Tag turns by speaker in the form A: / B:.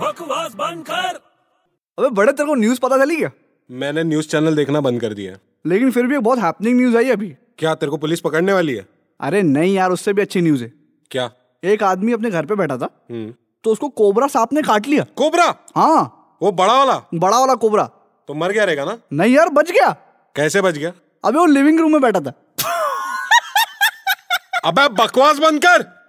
A: बकवास बंद कर
B: अबे बड़े तेरे को न्यूज़ पता चली क्या
C: मैंने न्यूज चैनल देखना बंद कर दिया है।
B: लेकिन फिर भी एक बहुत हैपनिंग न्यूज़ आई अभी
C: क्या तेरे को पुलिस पकड़ने वाली है
B: अरे नहीं यार उससे भी अच्छी न्यूज़ है
C: क्या
B: एक आदमी अपने घर पे बैठा था
C: हम्म
B: तो उसको कोबरा सांप ने काट लिया
C: कोबरा
B: हाँ
C: वो बड़ा वाला
B: बड़ा वाला कोबरा
C: तो मर गया रहेगा ना
B: नहीं यार बच गया
C: कैसे बच गया
B: अबे वो लिविंग रूम में बैठा था
C: अबे बकवास बंद कर